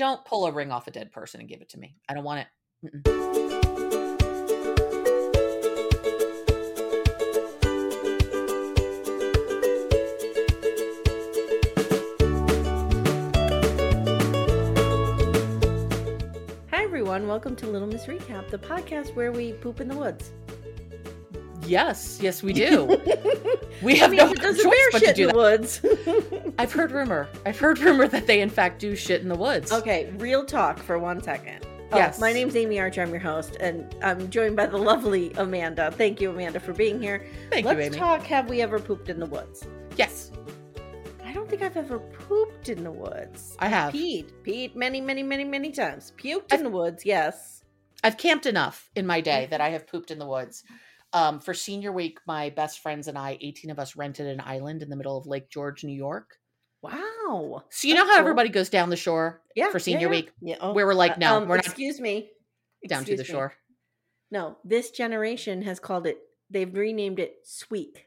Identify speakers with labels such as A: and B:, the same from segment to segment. A: Don't pull a ring off a dead person and give it to me. I don't want it.
B: Hi, everyone. Welcome to Little Miss Recap, the podcast where we poop in the woods.
A: Yes, yes, we do. We
B: I
A: have
B: mean,
A: no
B: if it doesn't
A: choice
B: bear
A: but to
B: shit
A: do
B: in the woods.
A: I've heard rumor. I've heard rumor that they in fact do shit in the woods.
B: okay, real talk for one second. Oh,
A: Yes.
B: My name's Amy Archer. I'm your host, and I'm joined by the lovely Amanda. Thank you, Amanda, for being here.
A: Thank
B: Let's
A: you, Amy.
B: talk. Have we ever pooped in the woods?
A: Yes,
B: I don't think I've ever pooped in the woods.
A: I have.
B: peed, peed many, many, many, many times. Puked in the woods, yes.
A: I've camped enough in my day that I have pooped in the woods. Um, for senior week, my best friends and I, 18 of us, rented an island in the middle of Lake George, New York.
B: Wow.
A: So you know
B: That's
A: how
B: cool.
A: everybody goes down the shore
B: yeah,
A: for
B: yeah,
A: senior
B: yeah.
A: week?
B: Yeah, oh,
A: Where we're like,
B: uh,
A: no,
B: um,
A: we're not
B: Excuse me.
A: down to
B: Excuse
A: the
B: me.
A: shore.
B: No, this generation has called it. They've renamed it Sweek.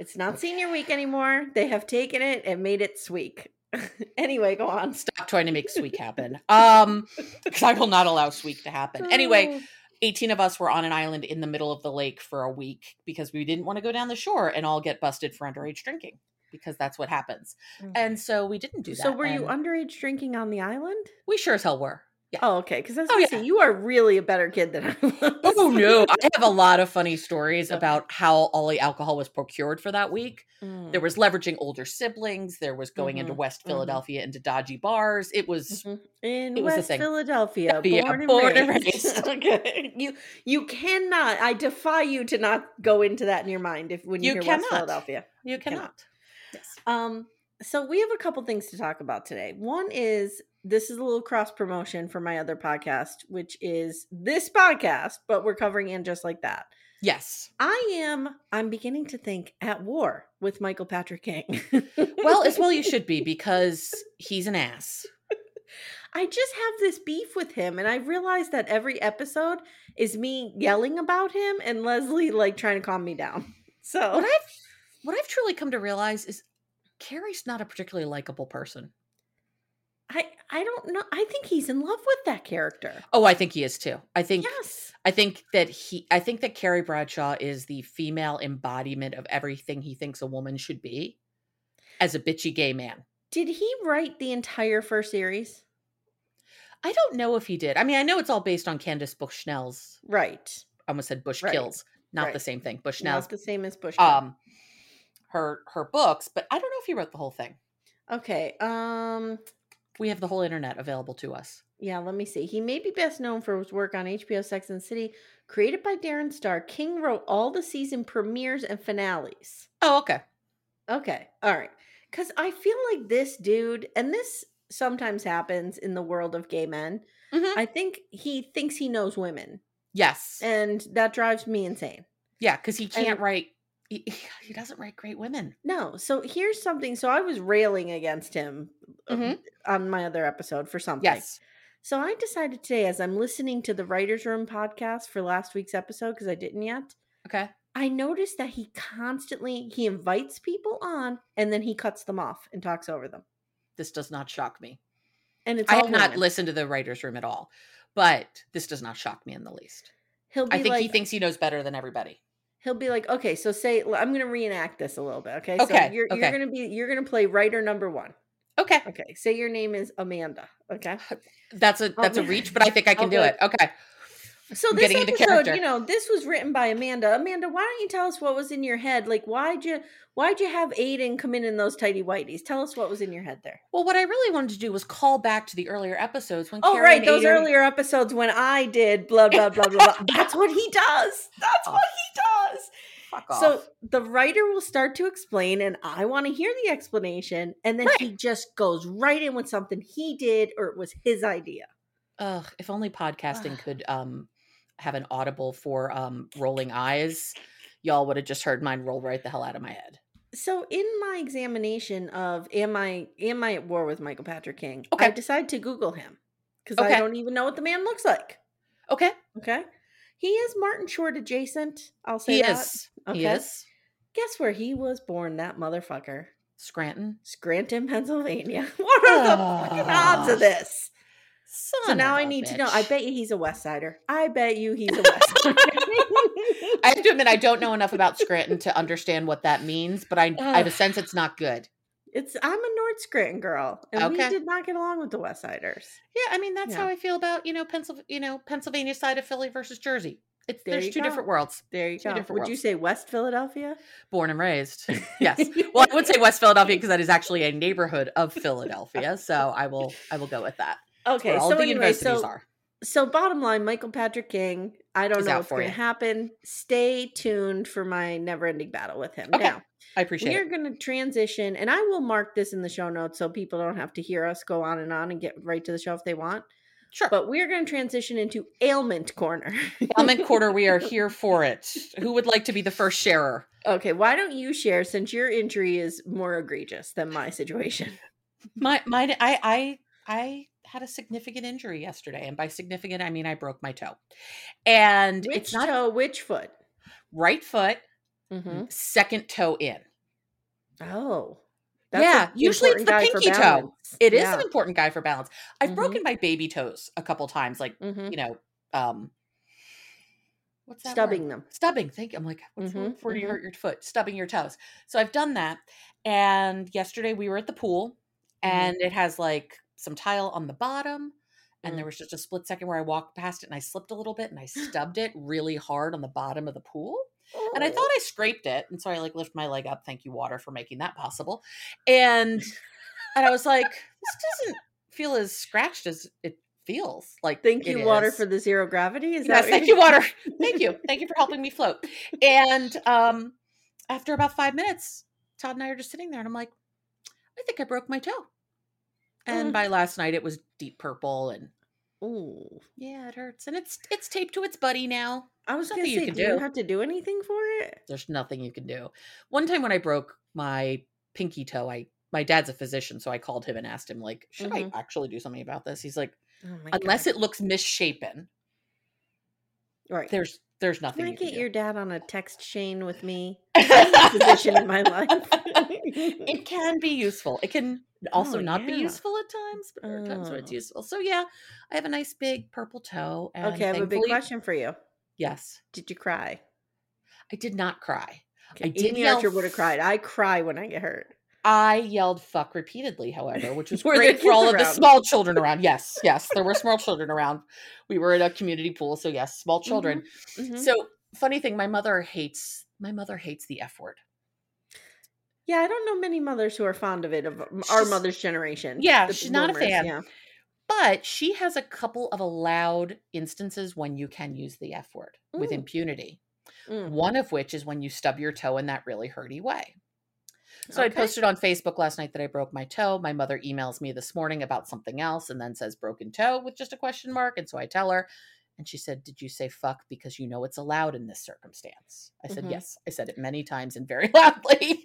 B: It's not senior week anymore. They have taken it and made it Sweek. anyway, go on.
A: Stop trying to make sweek happen. Um, because I will not allow sweek to happen. Anyway, 18 of us were on an island in the middle of the lake for a week because we didn't want to go down the shore and all get busted for underage drinking because that's what happens. And so we didn't do that.
B: so were you
A: and
B: underage drinking on the island?
A: We sure as hell were. Yeah.
B: Oh, okay. Because I was
A: Oh,
B: gonna
A: yeah.
B: say you are really a better kid than I was.
A: Oh no, I have a lot of funny stories about how all the alcohol was procured for that week. There was leveraging older siblings, there was going into
B: Mhm,
A: West
B: mhm.
A: Philadelphia into dodgy bars. It was
B: Mhm. in
A: It was a
B: West
A: thing.
B: Philadelphia,
A: Yeah,
B: born, and,
A: born and
B: raised.
A: raised.
B: okay, you you cannot. I defy you to not go into that in your mind if when you,
A: You
B: hear West
A: cannot.
B: Philadelphia.
A: you
B: cannot.
A: cannot. Yes.
B: Um, so we have a couple things to talk about today. One is this is a little cross promotion for my other podcast, which is this podcast, but we're covering and just like that.
A: Yes.
B: I am. I'm beginning to think at war with Michael Patrick King.
A: Well, as well you should be because he's an ass.
B: I just have this beef with him, and I realize that every episode is me yelling about him and Leslie like trying to calm me down. So
A: what I've what I've truly come to realize is Carrie's not a particularly likable person.
B: I I don't know. I think he's in love with that character.
A: Oh, I think he is too. I think
B: Yes.
A: I think that he I think that Carrie Bradshaw is the female embodiment of everything he thinks a woman should be as a bitchy gay man.
B: Did he write the entire first series?
A: I don't know if he did. I mean, I know it's all based on Candace Bushnell's
B: Right.
A: I almost said Bush
B: Right.
A: Kills. Not the
B: Right.
A: same thing.
B: Now
A: Bushnell's
B: it's the same as Bush.
A: um her her books, but I don't know if he wrote the whole thing.
B: okay. Um.
A: We have the whole internet available to us.
B: Yeah. Let me see. He may be best known for his work on HBO Sex and the City, created by Darren Star. King wrote all the season premieres and finales.
A: Oh, okay.
B: Okay. All right. Because I feel like this dude, and this sometimes happens in the world of gay men,
A: Mhm.
B: I think he thinks he knows women.
A: Yes.
B: And that drives me insane.
A: Yeah, because he
B: And-
A: can't write. He, he doesn't write great women.
B: No. So here's something. So I was railing against him uh,
A: Mhm.
B: on my other episode for something.
A: Yes.
B: So I decided today, as I'm listening to the Writer's Room podcast for last week's episode, because I didn't yet,
A: Okay.
B: I noticed that he constantly he invites people on and then he cuts them off and talks over them.
A: This does not shock me.
B: And it's
A: I
B: all
A: have not
B: women.
A: listened to the writer's room at all, but this does not shock me in the least.
B: He'll be
A: I think
B: like,
A: he thinks he knows better than everybody.
B: he'll be like, okay, so say l- I'm going to reenact this a little bit. Okay,
A: Okay,
B: so you're
A: okay.
B: you're going to be you're going to play writer number one.
A: Okay.
B: Okay, say your name is Amanda. Okay,
A: That's a
B: I'll
A: that's a
B: be-
A: reach, but I think I can
B: I'll
A: do
B: be
A: it. Okay.
B: so
A: I'm
B: this
A: getting into
B: episode,
A: character.
B: you know, this was written by Amanda. Amanda, why don't you tell us what was in your head? Like, why'd you why'd you have Aiden come in in those tidy whiteys? Tell us what was in your head there.
A: Well, what I really wanted to do was call back to the earlier episodes when
B: Oh,
A: Karen
B: right, those
A: Ader-
B: earlier episodes when I did blah blah blah blah. blah. That's what he does. That's
A: Oh.
B: what he does.
A: Fuck off.
B: So the writer will start to explain, and I want to hear the explanation. And then
A: Right.
B: he just goes right in with something he did or it was his idea.
A: Ugh, if only podcasting could um have an audible for um rolling eyes, y'all would have just heard mine roll right the hell out of my head.
B: So in my examination of am I am I at war with Michael Patrick King, I
A: Okay.
B: decide to Google him because
A: Okay.
B: I don't even know what the man looks like.
A: Okay.
B: Okay. He is Martin Short adjacent. I'll say
A: He
B: that.
A: is. He
B: Okay.
A: is.
B: Guess where he was born, that motherfucker?
A: Scranton.
B: Scranton, Pennsylvania. What are the fucking odds
A: Ah.
B: of this?
A: Son
B: So now
A: of
B: I
A: a
B: need to know. I
A: bitch.
B: bet you he's a West Sider. I bet you he's a West Sider.
A: I have to admit, I don't know enough about Scranton to understand what that means, but I, I have a
B: Ugh.
A: sense it's not good.
B: it's I'm a North Scranton girl, and
A: Okay.
B: we did not get along with the West Siders.
A: Yeah, I mean that's
B: Yeah.
A: how I feel about you know Pennsylvania, you know Pennsylvania side of Philly versus Jersey. It's
B: There
A: there's
B: you
A: two different
B: go.
A: worlds,
B: There you
A: Two
B: go. Would
A: different
B: you
A: worlds.
B: say West Philadelphia?
A: born and raised. Yes, well, I would say West Philadelphia because that is actually a neighborhood of Philadelphia. So I will I will go with that. It's
B: Okay,
A: where all
B: so
A: the
B: anyway,
A: universities
B: so
A: are.
B: so bottom line, Michael Patrick King. I don't
A: Is
B: know
A: out
B: what's
A: for
B: going to
A: you.
B: happen. Stay tuned for my never-ending battle with him.
A: Okay,
B: Now,
A: I appreciate
B: we are
A: it.
B: going to transition, and I will mark this in the show notes so people don't have to hear us go on and on and get right to the show if they want.
A: Sure,
B: But we're going to transition into ailment corner.
A: Almond Quarter, we are here for it. Who would like to be the first sharer?
B: Okay, why don't you share since your injury is more egregious than my situation?
A: My mine I I I had a significant injury yesterday, and by significant I mean I broke my toe, and
B: Which
A: it's not
B: toe, which foot?
A: right foot,
B: Mm-hmm.
A: second toe in.
B: Oh,
A: Mm-hmm. Yeah,
B: an
A: usually it's
B: important guy
A: the
B: for
A: pinky toe.
B: balance.
A: It is
B: Yeah.
A: an important guy for balance. I've
B: Mhm.
A: broken my baby toes a couple times, like
B: Mhm.
A: you know, um, what's that word?
B: stubbing them.
A: Stubbing. Thank. I'm like, what's the word
B: Mhm,
A: for you
B: mhm.
A: hurt your foot? Stubbing your toes. So I've done that. And yesterday we were at the pool,
B: Mhm.
A: and it has like some tile on the bottom. And there
B: Mm.
A: was just a split second where I walked past it and I slipped a little bit and I stubbed it really hard on the bottom of the pool. And I
B: Oh.
A: thought I scraped it. And so I like lift my leg up. Thank you, water, for making that possible. And and I was like, this doesn't feel as scratched as it feels. Like
B: Thank
A: it
B: you, water,
A: is."
B: for the zero gravity. Is that
A: yes,
B: what
A: thank
B: you're-
A: you, water. Thank you. Thank you for helping me float. And um after about five minutes, Todd and I are just sitting there and I'm like, I think I broke my toe. And
B: Mm.
A: by last night it was deep purple and
B: Ooh,
A: yeah, it hurts. And it's it's taped to its buddy now.
B: I was going
A: Nothing
B: to
A: you
B: say,
A: can
B: do you
A: do.
B: have to do anything for it?
A: there's nothing you can do. One time when I broke my pinky toe, I my dad's a physician, so I called him and asked him like, should
B: Mhm.
A: I actually do something about this? He's like,
B: Oh my
A: unless it looks misshapen,
B: right.
A: there's there's
B: Can
A: nothing
B: I
A: you can
B: get
A: do.
B: your dad on a text chain with me? That's the position in my life.
A: it can be useful. It can also
B: Oh,
A: not
B: yeah.
A: be useful at times, but there are times where it's
B: Oh.
A: useful. So yeah, I have a nice big purple toe. And
B: okay, I have a big
A: thankfully-
B: question for you.
A: Yes,
B: Did you cry?
A: I did not cry. I
B: Okay,
A: did
B: Amy
A: yell
B: Archer would have cried. I cry when I get hurt.
A: I yelled fuck repeatedly, however, which was
B: Were there
A: great for
B: kids
A: all of the
B: around?
A: small children around. Yes, yes, there were small children around. We were at a community pool, so yes, small children.
B: Mhm.
A: So funny thing, my mother hates my mother hates the F word.
B: Yeah, I don't know many mothers who are fond of it of m- our
A: She's-
B: mother's generation.
A: yeah,
B: the
A: she's not a fan.
B: Yeah.
A: But she has a couple of allowed instances when you can use the F word with
B: Mm.
A: impunity.
B: Mm.
A: One of which is when you stub your toe in that really hurty way. So I
B: Okay.
A: posted on Facebook last night that I broke my toe. My mother emails me this morning about something else and then says broken toe with just a question mark. And so I tell her, And she said, Did you say fuck because you know it's allowed in this circumstance? I said,
B: Mhm.
A: Yes. I said it many times and very loudly.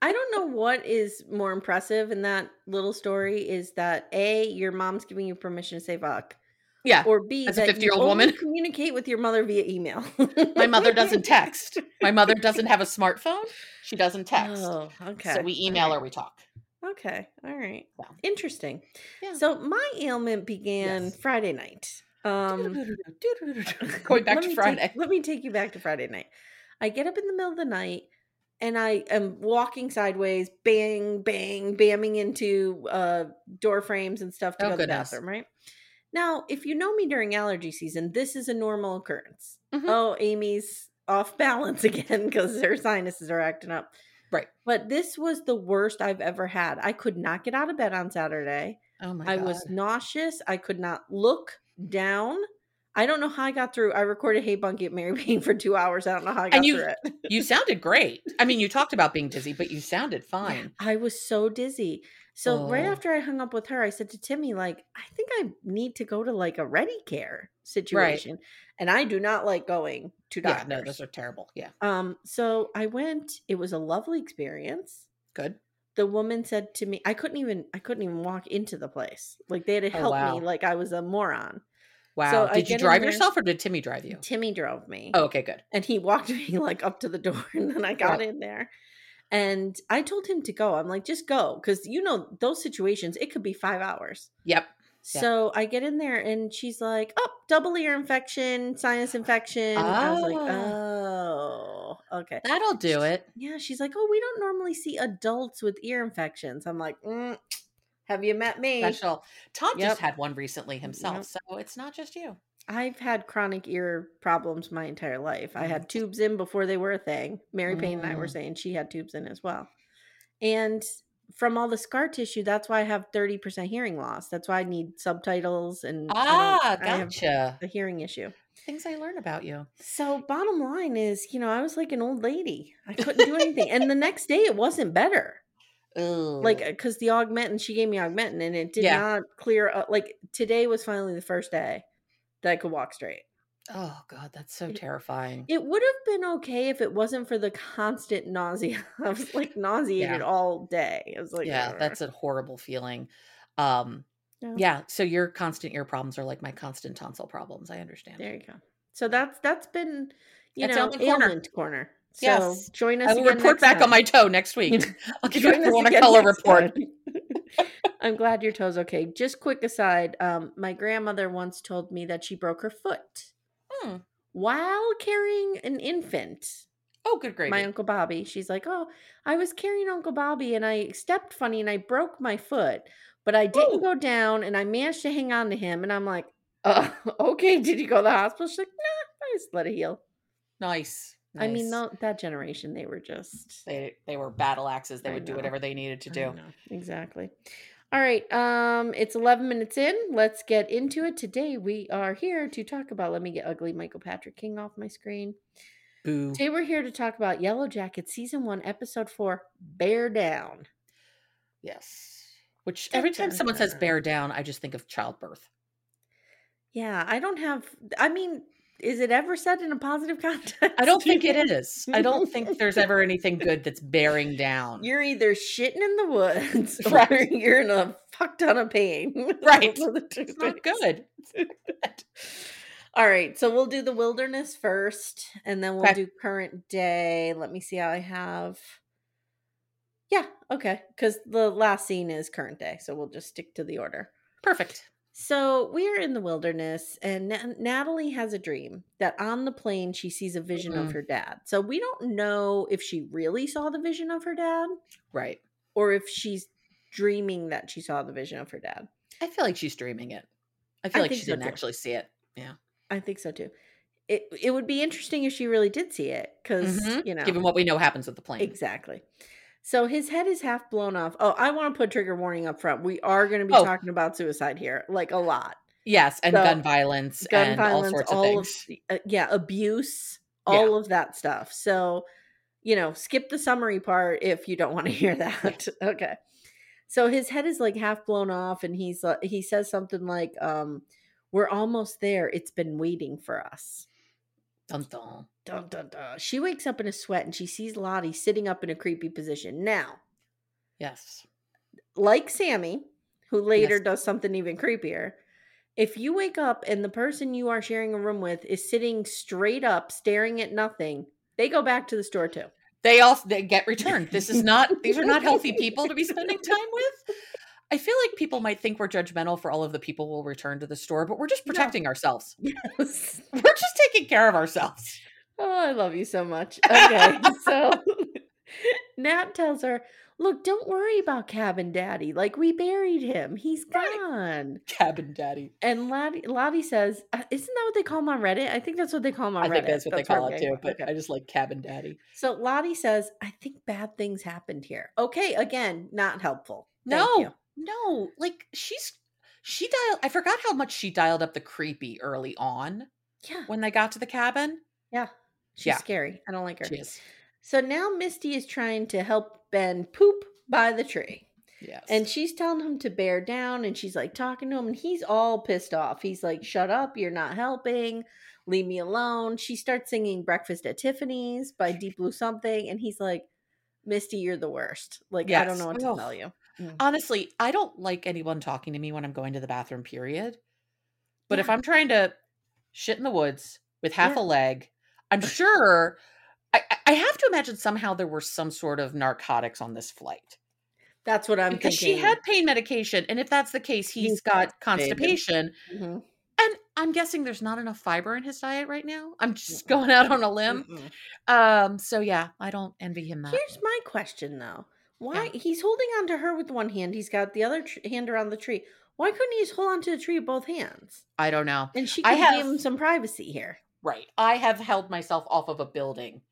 B: I don't know what is more impressive in that little story is that A, your mom's giving you permission to say fuck.
A: yeah.
B: Or B,
A: As a
B: that you
A: 50-year-old
B: only
A: woman.
B: communicate with your mother via email.
A: My mother doesn't text. My mother doesn't have a smartphone. She doesn't text.
B: Oh, okay.
A: So we email
B: Alright.
A: or we talk.
B: Okay. All right.
A: So.
B: Interesting.
A: Yeah.
B: So my ailment began
A: Yes.
B: Friday night. Um,
A: Going back
B: let
A: to
B: me take-
A: Friday.
B: let me take you back to Friday night. I get up in the middle of the night and I am walking sideways, bang, bang, bamming into uh, door frames and stuff to
A: Oh,
B: go to the
A: goodness.
B: bathroom, right? Now, if you know me during allergy season, this is a normal occurrence.
A: Mhm.
B: Oh, Amy's off balance again because her sinuses are acting up.
A: Right.
B: But this was the worst I've ever had. I could not get out of bed on Saturday.
A: Oh my
B: I
A: God. Mm.
B: was nauseous. I could not look down. I don't know how I got through. I recorded Hey Bunk Get Mary Bean for two hours. I don't know how I got
A: you-
B: through it.
A: you sounded great. I mean, you talked about being dizzy, but you sounded fine.
B: I was so dizzy. So right
A: Oh.
B: after I hung up with her, I said to Timmy, like, I think I need to go to like a ready care situation. And I do not like going to
A: Yeah,
B: doctors.
A: no, those are terrible. Yeah,
B: um, so I went, it was a lovely experience.
A: good.
B: The woman said to me, I couldn't even I couldn't even walk into the place. Like they had to
A: Oh,
B: help
A: wow.
B: me like I was a moron.
A: Wow.
B: So I
A: Did you
B: get in
A: drive
B: there-
A: yourself or did Timmy drive you?
B: Timmy drove me.
A: Oh, okay, good.
B: and he walked me like up to the door and then i got
A: Right.
B: in there and i told him to go i'm like just go because you know those situations it could be five hours
A: Yep. Yeah.
B: so i get in there and she's like oh double ear infection sinus infection i was like oh okay
A: That'll do it.
B: yeah she's like oh we don't normally see adults with ear infections i'm like mm, have you met me
A: Special. Tom
B: Yep.
A: just had one recently himself,
B: Yep.
A: so it's not just you.
B: I've had chronic ear problems my entire life. I had tubes in before they were a thing. Mary Payne and I were
A: Mm.
B: saying she had tubes in as well. And from all the scar tissue, that's why I have 30% hearing loss. That's why I need subtitles and I don't-
A: Ah,
B: I have
A: gotcha.
B: a hearing issue.
A: Things I learn about you.
B: So, bottom line is, you know, I was like an old lady. I couldn't do anything. and the next day, it wasn't better.
A: Ooh.
B: Like, because the augmentin, she gave me augmentin and it did
A: Yeah.
B: not clear up. Like, today was finally the first day that I could walk straight.
A: oh god, that's so terrifying.
B: It would have been okay if it wasn't for the constant nausea. I was like nauseated all day. I was like,
A: yeah,
B: "Ugh."
A: that's a horrible feeling. Um, yeah. So your constant ear problems are like my constant tonsil problems. I understand.
B: There you go. So that's that's been you
A: That's
B: know
A: ailment corner.
B: ailment corner. So
A: Yes.
B: join us.
A: I will
B: again next
A: report back on
B: time.
A: my toe next week. I'll give you
B: Join
A: a
B: us
A: Corona
B: again
A: color
B: next
A: report.
B: time. I'm glad your toe's okay. Just quick aside. Um, my grandmother once told me that she broke her foot
A: Hmm.
B: while carrying an infant.
A: Oh, good gravy.
B: my uncle Bobby. She's like, "Oh, I was carrying Uncle Bobby and I stepped funny and I broke my foot, but I didn't
A: Ooh.
B: go down and I managed to hang on to him." And I'm like, "Uh, okay, did you go to the hospital?" She's like, "Nah, I just let it heal."
A: nice.
B: I mean,
A: nice.
B: tho- that generation, they were just
A: they they were battle axes. They
B: I
A: would do
B: know.
A: whatever they needed to
B: I
A: do.
B: know, exactly. All right, um, it's 11 minutes in. Let's get into it. Today we are here to talk about. Let me get ugly Michael Patrick King off my screen.
A: Boo.
B: Today we're here to talk about Yellow Jacket season one, episode four, Bear Down.
A: Yes. Which every time someone says bear down, I just think of childbirth.
B: Yeah, I don't have. I mean, is it ever said in a positive context?
A: I don't think it is. I don't think there's ever anything good that's bearing down.
B: You're either shitting in the woods, or
A: Right.
B: you're in a fuck ton of pain.
A: Right.
B: Those are the two
A: it's not
B: things.
A: good.
B: All right, so we'll do the wilderness first, and then we'll
A: Okay.
B: do current day. Let me see how I have. Yeah, okay, because the last scene is current day, so we'll just stick to the order.
A: Perfect.
B: So we are in the wilderness, and Nat- Natalie has a dream that on the plane she sees a vision of
A: Mhm.
B: her dad. So we don't know if she really saw the vision of her dad
A: Right.
B: or if she's dreaming that she saw the vision of her dad.
A: I feel like she's dreaming it. I
B: I
A: feel like she
B: think so
A: didn't
B: too.
A: actually see it.
B: I think so too. It it would be interesting if she really did see it because
A: Mhm.
B: you know
A: Given what we know happens with the plane.
B: exactly. So his head is half blown off. Oh, I want to put trigger warning up front. We are going to be
A: Oh.
B: talking about suicide here, like a lot.
A: Yes, and
B: So,
A: gun violence
B: gun
A: and
B: violence,
A: all sorts of
B: all of,
A: things.
B: the- uh, yeah, abuse,
A: Yeah.
B: all of that stuff. So, you know, skip the summary part if you don't want to hear that. okay. So his head is like half blown off, and he's uh, he says something like, um, We're almost there. It's been waiting for us.
A: Dun dun.
B: Dun, dun, dun. She wakes up in a sweat and she sees Lottie sitting up in a creepy position. Now,
A: Yes.
B: like Sammy, who later
A: Yes.
B: does something even creepier, if you wake up and the person you are sharing a room with is sitting straight up, staring at nothing, they go back to the store too.
A: They all they get returned. This is not these are not healthy people to be spending time with. I feel like people might think we're judgmental for all of the people we'll return to the store, but we're just
B: No.
A: protecting ourselves.
B: Yes.
A: We're just taking care of ourselves.
B: Oh, I love you so much. Okay, so Nat tells her, "Look, don't worry about Cabin Daddy. Like we buried him. He's
A: Right.
B: gone."
A: Cabin daddy.
B: And Lottie, Lottie says, "Uh, "Isn't that what they call him on Reddit? I think that's what they call him on
A: I
B: Reddit.
A: think that's what they
B: where
A: call
B: I'm
A: it
B: getting-
A: too, but
B: okay.
A: I just like cabin daddy.
B: so Lottie says, "I think bad things happened here." Okay, again, not helpful. Thank
A: No,
B: you.
A: no. Like she's she dialed. I forgot how much she dialed up the creepy early on
B: yeah,
A: when they got to the cabin.
B: yeah, she's
A: Yeah.
B: scary. I don't like her.
A: She is.
B: So now Misty is trying to help Ben poop by the tree.
A: Yes.
B: And she's telling him to bear down and she's like talking to him and he's all pissed off. He's like, Shut up, you're not helping, leave me alone. She starts singing Breakfast at Tiffany's by Deep Blue Something, and he's like, Misty, you're the worst. Like, I don't
A: Yes. Oh.
B: know what to
A: Ugh.
B: tell you.
A: honestly, I don't like anyone talking to me when I'm going to the bathroom, period. But if
B: Yeah.
A: I'm trying to shit in the woods with half
B: Yeah.
A: a leg, I'm sure I, I- I have to imagine somehow there were some sort of narcotics on this flight.
B: That's what I'm
A: because
B: thinking.
A: she had pain medication. And if that's the case,
B: He's
A: he's got
B: constipated.
A: constipation.
B: Mhm.
A: And I'm guessing there's not enough fiber in his diet right now. I'm just going out on a limb.
B: Mm-mm.
A: Um, so yeah, I don't envy him that.
B: Here's my question though. Why he's holding on to her with one hand, he's got the other tr- hand around the tree. Why couldn't he just hold on to the tree with both hands?
A: I don't know.
B: And she could
A: I
B: give
A: have-
B: him some privacy here.
A: Right. I have held myself off of a building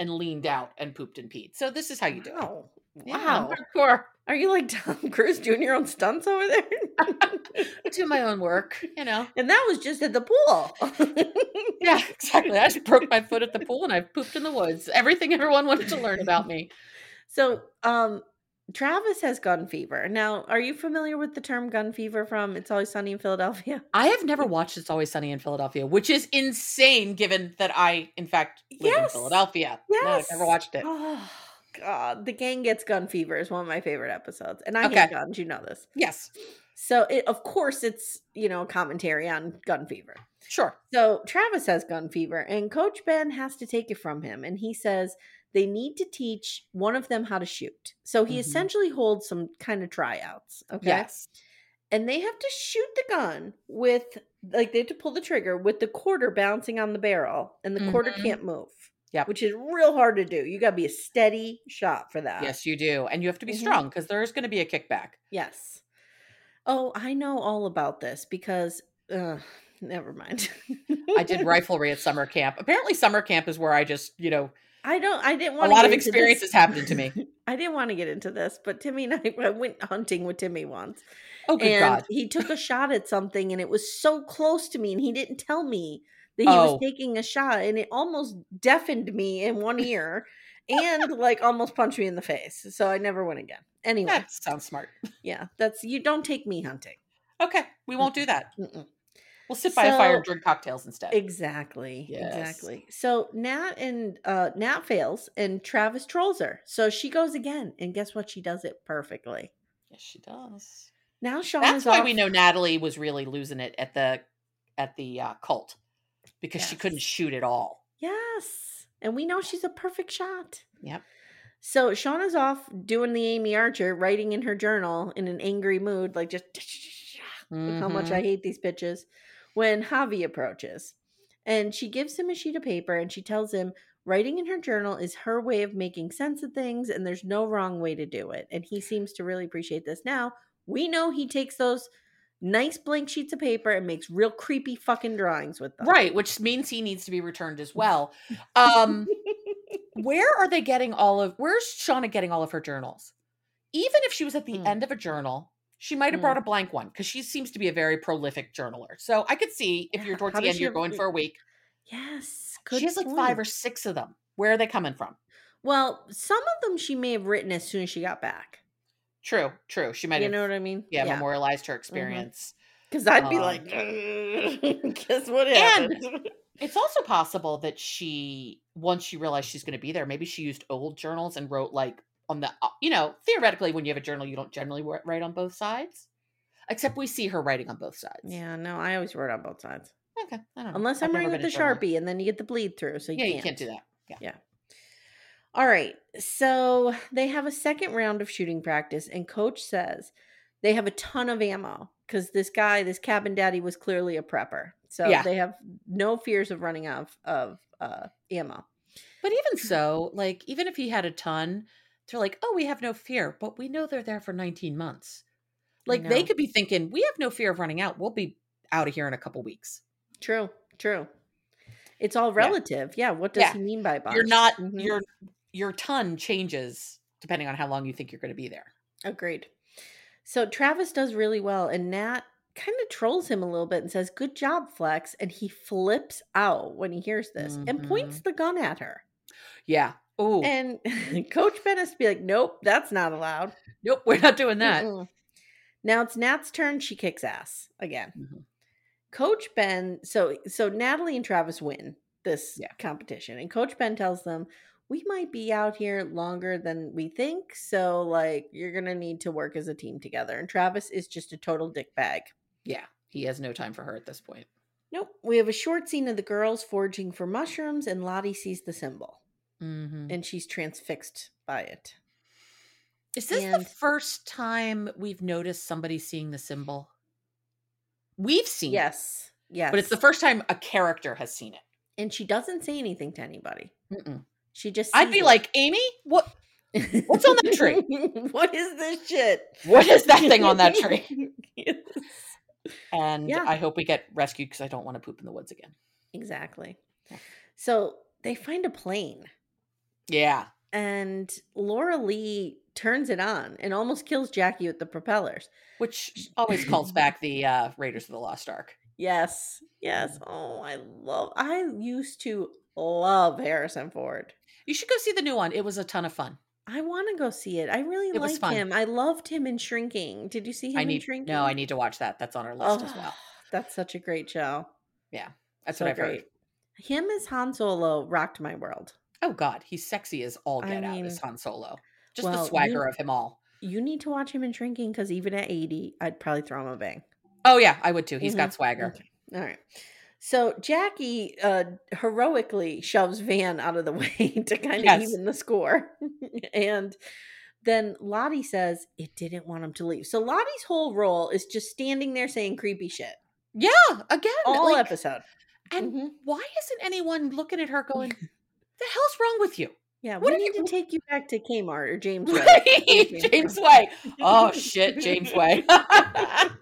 A: and leaned out and pooped and peed. So this is how you do it.
B: Wow.
A: Yeah, I'm
B: Wow.
A: hardcore.
B: Oh. Are you like Tom Cruise doing your own stunts over there?
A: I do my own work, you know.
B: and that was just at the pool.
A: Yeah, exactly. I just broke my foot at the pool and I've pooped in the woods. Everything everyone wanted to learn about me.
B: So, um, Travis has gun fever. Now, are you familiar with the term gun fever from It's Always Sunny in Philadelphia?
A: I have never watched It's Always Sunny in Philadelphia, which is insane given that I, in fact, live
B: Yes.
A: in Philadelphia. No, I've never
B: Yes.
A: watched it.
B: Oh, God. The Gang Gets Gun Fever is one of my favorite episodes. And I hate
A: Okay.
B: guns. You know this.
A: Yes,
B: So, it, of course, it's, you know, commentary on gun fever.
A: sure.
B: So Travis has gun fever, and Coach Ben has to take it from him. And he says they need to teach one of them how to shoot. So he
A: Mhm.
B: essentially holds some kind of tryouts. Okay.
A: Yes.
B: And they have to shoot the gun with, like, they have to pull the trigger with the quarter bouncing on the barrel, and the quarter
A: Mhm.
B: can't move.
A: Yep.
B: Which is real hard to do. You got to be a steady shot for that.
A: Yes, you do. And you have to be
B: Mhm.
A: strong because there is going to be a kickback.
B: Yes. Oh, I know all about this because, uh, never mind.
A: I did riflery at summer camp. Apparently, summer camp is where I just, you know,
B: I don't. I didn't
A: A
B: want
A: lot of experiences happened to me.
B: I didn't want to get into this, but Timmy and I, I went hunting with Timmy once,
A: oh, good
B: and
A: God.
B: he took a shot at something, and it was so close to me, and he didn't tell me that he was
A: Oh.
B: taking a shot, and it almost deafened me in one ear, and like almost punched me in the face. So I never went again. Anyway,
A: That sounds smart.
B: yeah, that's you. Don't take me hunting.
A: Okay, we won't do that.
B: Mm-mm.
A: We'll sit by a fire and
B: So-
A: drink cocktails instead.
B: Exactly.
A: Yes.
B: Exactly. So Nat and uh, Nat fails, and Travis trolls her. So she goes again, and guess what? She does it perfectly.
A: yes, she does.
B: Now Sean
A: That's
B: is
A: why
B: off.
A: we know Natalie was really losing it at the at the uh, cult because she couldn't
B: Yes.
A: shoot at all.
B: Yes. And we know she's a perfect shot.
A: Yep.
B: So Sean is off doing the Amy Archer, writing in her journal in an angry mood, like just "Look how much
A: Mhm.
B: I hate these bitches. When Javi approaches and she gives him a sheet of paper and she tells him writing in her journal is her way of making sense of things and there's no wrong way to do it. And he seems to really appreciate this. Now we know he takes those nice blank sheets of paper and makes real creepy fucking drawings with them.
A: right, which means he needs to be returned as well. Um, where are they getting all of? Where's Shauna getting all of her journals? Even if she was at the
B: Mm.
A: end of a journal, she might
B: Hmm.
A: have brought a blank one because she seems to be a very prolific journaler. So I could see if
B: Yeah,
A: you're towards
B: how
A: the
B: does
A: end,
B: she
A: you're
B: have-
A: going for a week.
B: Yes. Good
A: she has like five or
B: point.
A: six of them. Where are they coming from?
B: Well, some of them she may have written as soon as she got back.
A: True, true. She might
B: You
A: have,
B: know what I Mm-hmm. mean?
A: yeah, memorialized her experience.
B: Because I'd be
A: Um,
B: like, "Ugh, guess what
A: And-
B: happened?
A: It's also possible that she, once she realized she's going to be there, maybe she used old journals and wrote like on the, uh, you know, theoretically, when you have a journal, you don't generally wri- write on both sides, except we see her writing on both sides.
B: yeah, no, I always wrote on both sides.
A: Okay. I don't know.
B: Unless
A: I've
B: I'm
A: never
B: writing with
A: been
B: the
A: a journalist.
B: Sharpie and then you get the bleed through. So you
A: yeah,
B: can't.
A: you can't do that. Yeah.
B: All right. So they have a second round of shooting practice, and coach says they have a ton of ammo because this guy, this cabin daddy, was clearly a prepper. So
A: Yeah.
B: they have no fears of running out of uh, ammo.
A: But even so, like, even if he had a ton, they're like, oh, we have no fear, but we know they're there for 19 months.
B: I
A: Like, they
B: know.
A: could be thinking, we have no fear of running out. We'll be out of here in a couple weeks.
B: True. True. It's all
A: Yeah.
B: relative. Yeah. What does
A: Yeah.
B: he mean by bunch?
A: You're not,
B: Mhm.
A: your, your ton changes depending on how long you think you're going to be there.
B: Agreed. So Travis does really well, and Nat kind of trolls him a little bit and says, Good job, Flex. And he flips out when he hears this and points the gun at her.
A: Yeah. Oh,
B: And Coach Ben has to be like, Nope, that's not allowed.
A: nope, we're not doing that.
B: Mm-mm. Now it's Nat's turn. She kicks ass again.
A: Mhm.
B: Coach Ben, so so Natalie and Travis win this
A: Yeah.
B: competition, and Coach Ben tells them, "We might be out here longer than we think, so like you're gonna need to work as a team together." And Travis is just a total dick bag.
A: Yeah. He has no time for her at this point.
B: Nope. We have a short scene of the girls foraging for mushrooms, and Lottie sees the symbol,
A: Mm-hmm.
B: and she's transfixed by it.
A: Is this the
B: and-
A: first time we've noticed somebody seeing the symbol? We've seen it,
B: Yes, yes.
A: but it's the first time a character has seen it.
B: and she doesn't say anything to anybody.
A: Mm-mm.
B: She just
A: I'd
B: sees
A: be
B: it.
A: like, Amy, what? What's on that tree?
B: what is this shit?
A: What is that thing on that tree?
B: Yes.
A: And
B: Yeah.
A: I hope we get rescued because I don't want to poop in the woods again.
B: Exactly.
A: Yeah.
B: So they find a plane
A: Yeah.
B: and Laura Lee turns it on and almost kills Jackie with the propellers.
A: Which always calls back the uh, Raiders of the Lost Ark.
B: Yes. Yes. Oh, I love I used to love Harrison Ford.
A: You should go see the new one. It was a ton of fun.
B: I want to go see it. I really
A: It was
B: like
A: fun.
B: him. I loved him in Shrinking. Did you see him
A: I
B: in
A: need
B: Shrinking? Oh,
A: no. I need to watch that. That's on our list as well.
B: That's such a great show.
A: That's
B: So
A: what I've heard.
B: great. Him as Han Solo rocked my world.
A: Oh God, he's sexy as all
B: I
A: get out.
B: mean,
A: Is Han Solo just
B: well,
A: the
B: you-
A: swagger of him all?
B: You need to watch him in Shrinking because even at 80, I'd probably throw him a bang.
A: Oh yeah, I would too. He's
B: Mhm.
A: got swagger.
B: Okay. All right. So Jackie uh, heroically shoves Van out of the way to kind of
A: Yes.
B: even the score. and then Lottie says it didn't want him to leave. So Lottie's whole role is just standing there saying creepy shit
A: Yeah, again,
B: all
A: like-
B: episode.
A: And
B: Mhm.
A: why isn't anyone looking at her going, "The hell's wrong with you?"
B: Yeah,
A: what
B: we
A: are
B: need to
A: you-
B: take you back to Kmart or James. Way.
A: Right,
B: James
A: James
B: Way.
A: Way. Oh shit, James Way. Oh,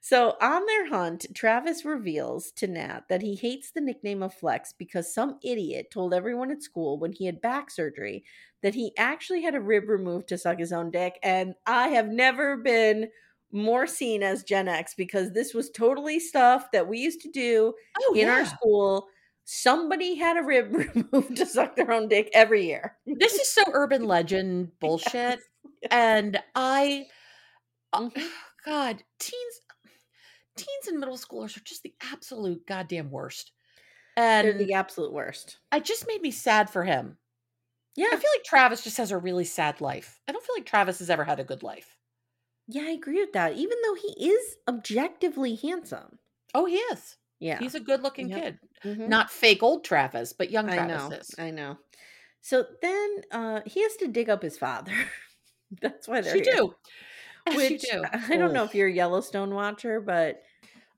B: So on their hunt, Travis reveals to Nat that he hates the nickname of Flex because some idiot told everyone at school when he had back surgery that he actually had a rib removed to suck his own dick. And I have never been more seen as Gen X because this was totally stuff that we used to do
A: oh
B: in our school. Somebody had a rib removed to suck their own dick every year.
A: this is so urban legend bullshit. And I, uh,
B: Mm-hmm.
A: God, teens, teens and middle schoolers are just the absolute goddamn worst.
B: They're
A: And
B: the absolute worst.
A: it just made me sad for him.
B: Yeah.
A: I feel like Travis just has a really sad life. I don't feel like Travis has ever had a good life.
B: Yeah, I agree with that. Even though he is objectively handsome.
A: Oh, he is.
B: Yeah.
A: He's a good looking
B: Yep.
A: kid.
B: Mhm.
A: Not fake old Travis, but young
B: I
A: Travis
B: know.
A: is.
B: I know. So then uh he has to dig up his father. That's why they're
A: she
B: here.
A: do. Yes,
B: Which
A: you do.
B: I don't know
A: Ugh.
B: if you're a Yellowstone watcher, but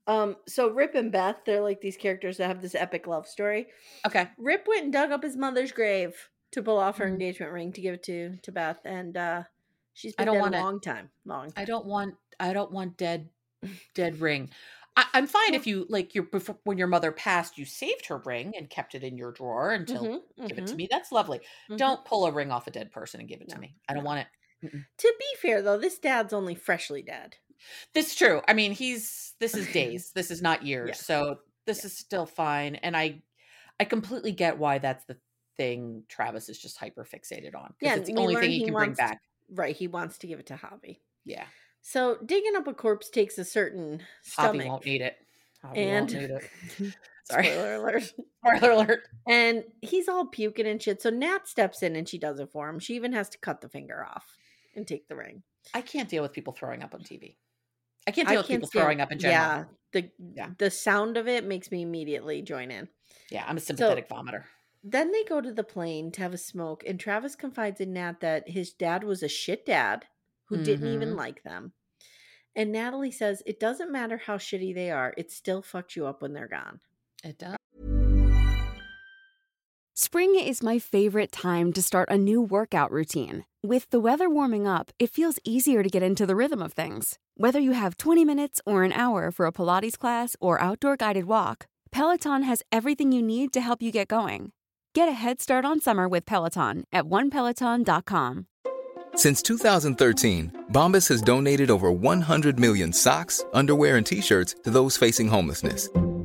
B: um so Rip and Beth, they're like these characters that have this epic love story.
A: Okay.
B: Rip went and dug up his mother's grave to pull off her
A: Mhm.
B: engagement ring to give it to to Beth and uh she's been
A: I don't
B: dead
A: want
B: a
A: it.
B: long time. Long
A: I don't want. I don't want dead, dead ring. I, I'm fine if you like your before, when your mother passed, you saved her ring and kept it in your drawer until
B: Mhm,
A: give it to
B: mhm,
A: me. That's lovely.
B: mhm.
A: Don't pull a ring off a dead person and give it
B: No,
A: to me. I don't
B: no.
A: want it.
B: To be fair though, this dad's only freshly dead.
A: This is true. I mean, he's this is days. this is not years.
B: Yeah.
A: So this is still fine. And I, I completely get why that's the thing Travis is just hyper fixated on.
B: Yeah,
A: because it's the
B: we
A: only
B: learn
A: thing he
B: he
A: can bring
B: wants to-
A: back.
B: Right, he wants to give it to Hobby.
A: Yeah.
B: So digging up a corpse takes a certain
A: Hobby
B: stomach.
A: won't need it. Hobby
B: and
A: won't need it. Sorry.
B: spoiler alert.
A: Spoiler alert.
B: And he's all puking and shit. So Nat steps in and she does it for him. She even has to cut the finger off and take the ring.
A: I can't deal with people throwing up on TV. I can't deal with people throwing
B: stand-
A: up in general. Yeah,
B: Yeah. The
A: Yeah.
B: the sound of it makes me immediately join in.
A: I'm a sympathetic vomiter.
B: Then they go to the plane to have a smoke, and Travis confides in Nat that his dad was a shit dad who didn't even
A: Mhm.
B: like them. And Natalie says, It doesn't matter how shitty they are, it still fucks you up when they're gone.
A: It does.
C: Spring is my favorite time to start a new workout routine. With the weather warming up, it feels easier to get into the rhythm of things. Whether you have 20 minutes or an hour for a Pilates class or outdoor guided walk, Peloton has everything you need to help you get going. Get a head start on summer with Peloton at onepeloton.com.
D: Since 2013, Bombas has donated over 100 million socks, underwear, and t shirts to those facing homelessness.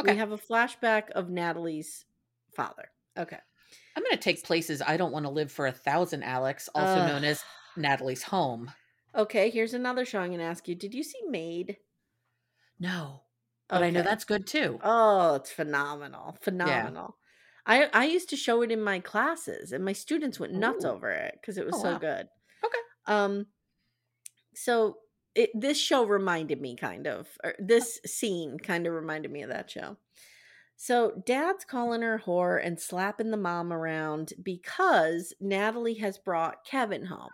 A: Okay.
B: We have a flashback of Natalie's father. Okay.
A: I'm going to take places I don't want to live for a thousand, Alex, also
B: Ugh.
A: known as Natalie's home.
B: Okay, here's another show I'm going to ask you Did you see Maid?
A: No, but I know
B: Okay.
A: that's good too.
B: Oh, it's phenomenal. Phenomenal. I I used to show it in my classes and my students went nuts
A: Ooh.
B: over it because it was
A: Oh,
B: so
A: wow.
B: good.
A: Okay.
B: Um so it, this show reminded me kind of or
A: Oh.
B: this scene kind of reminded me of that show. So dad's calling her whore and slapping the mom around because Natalie has brought Kevin home.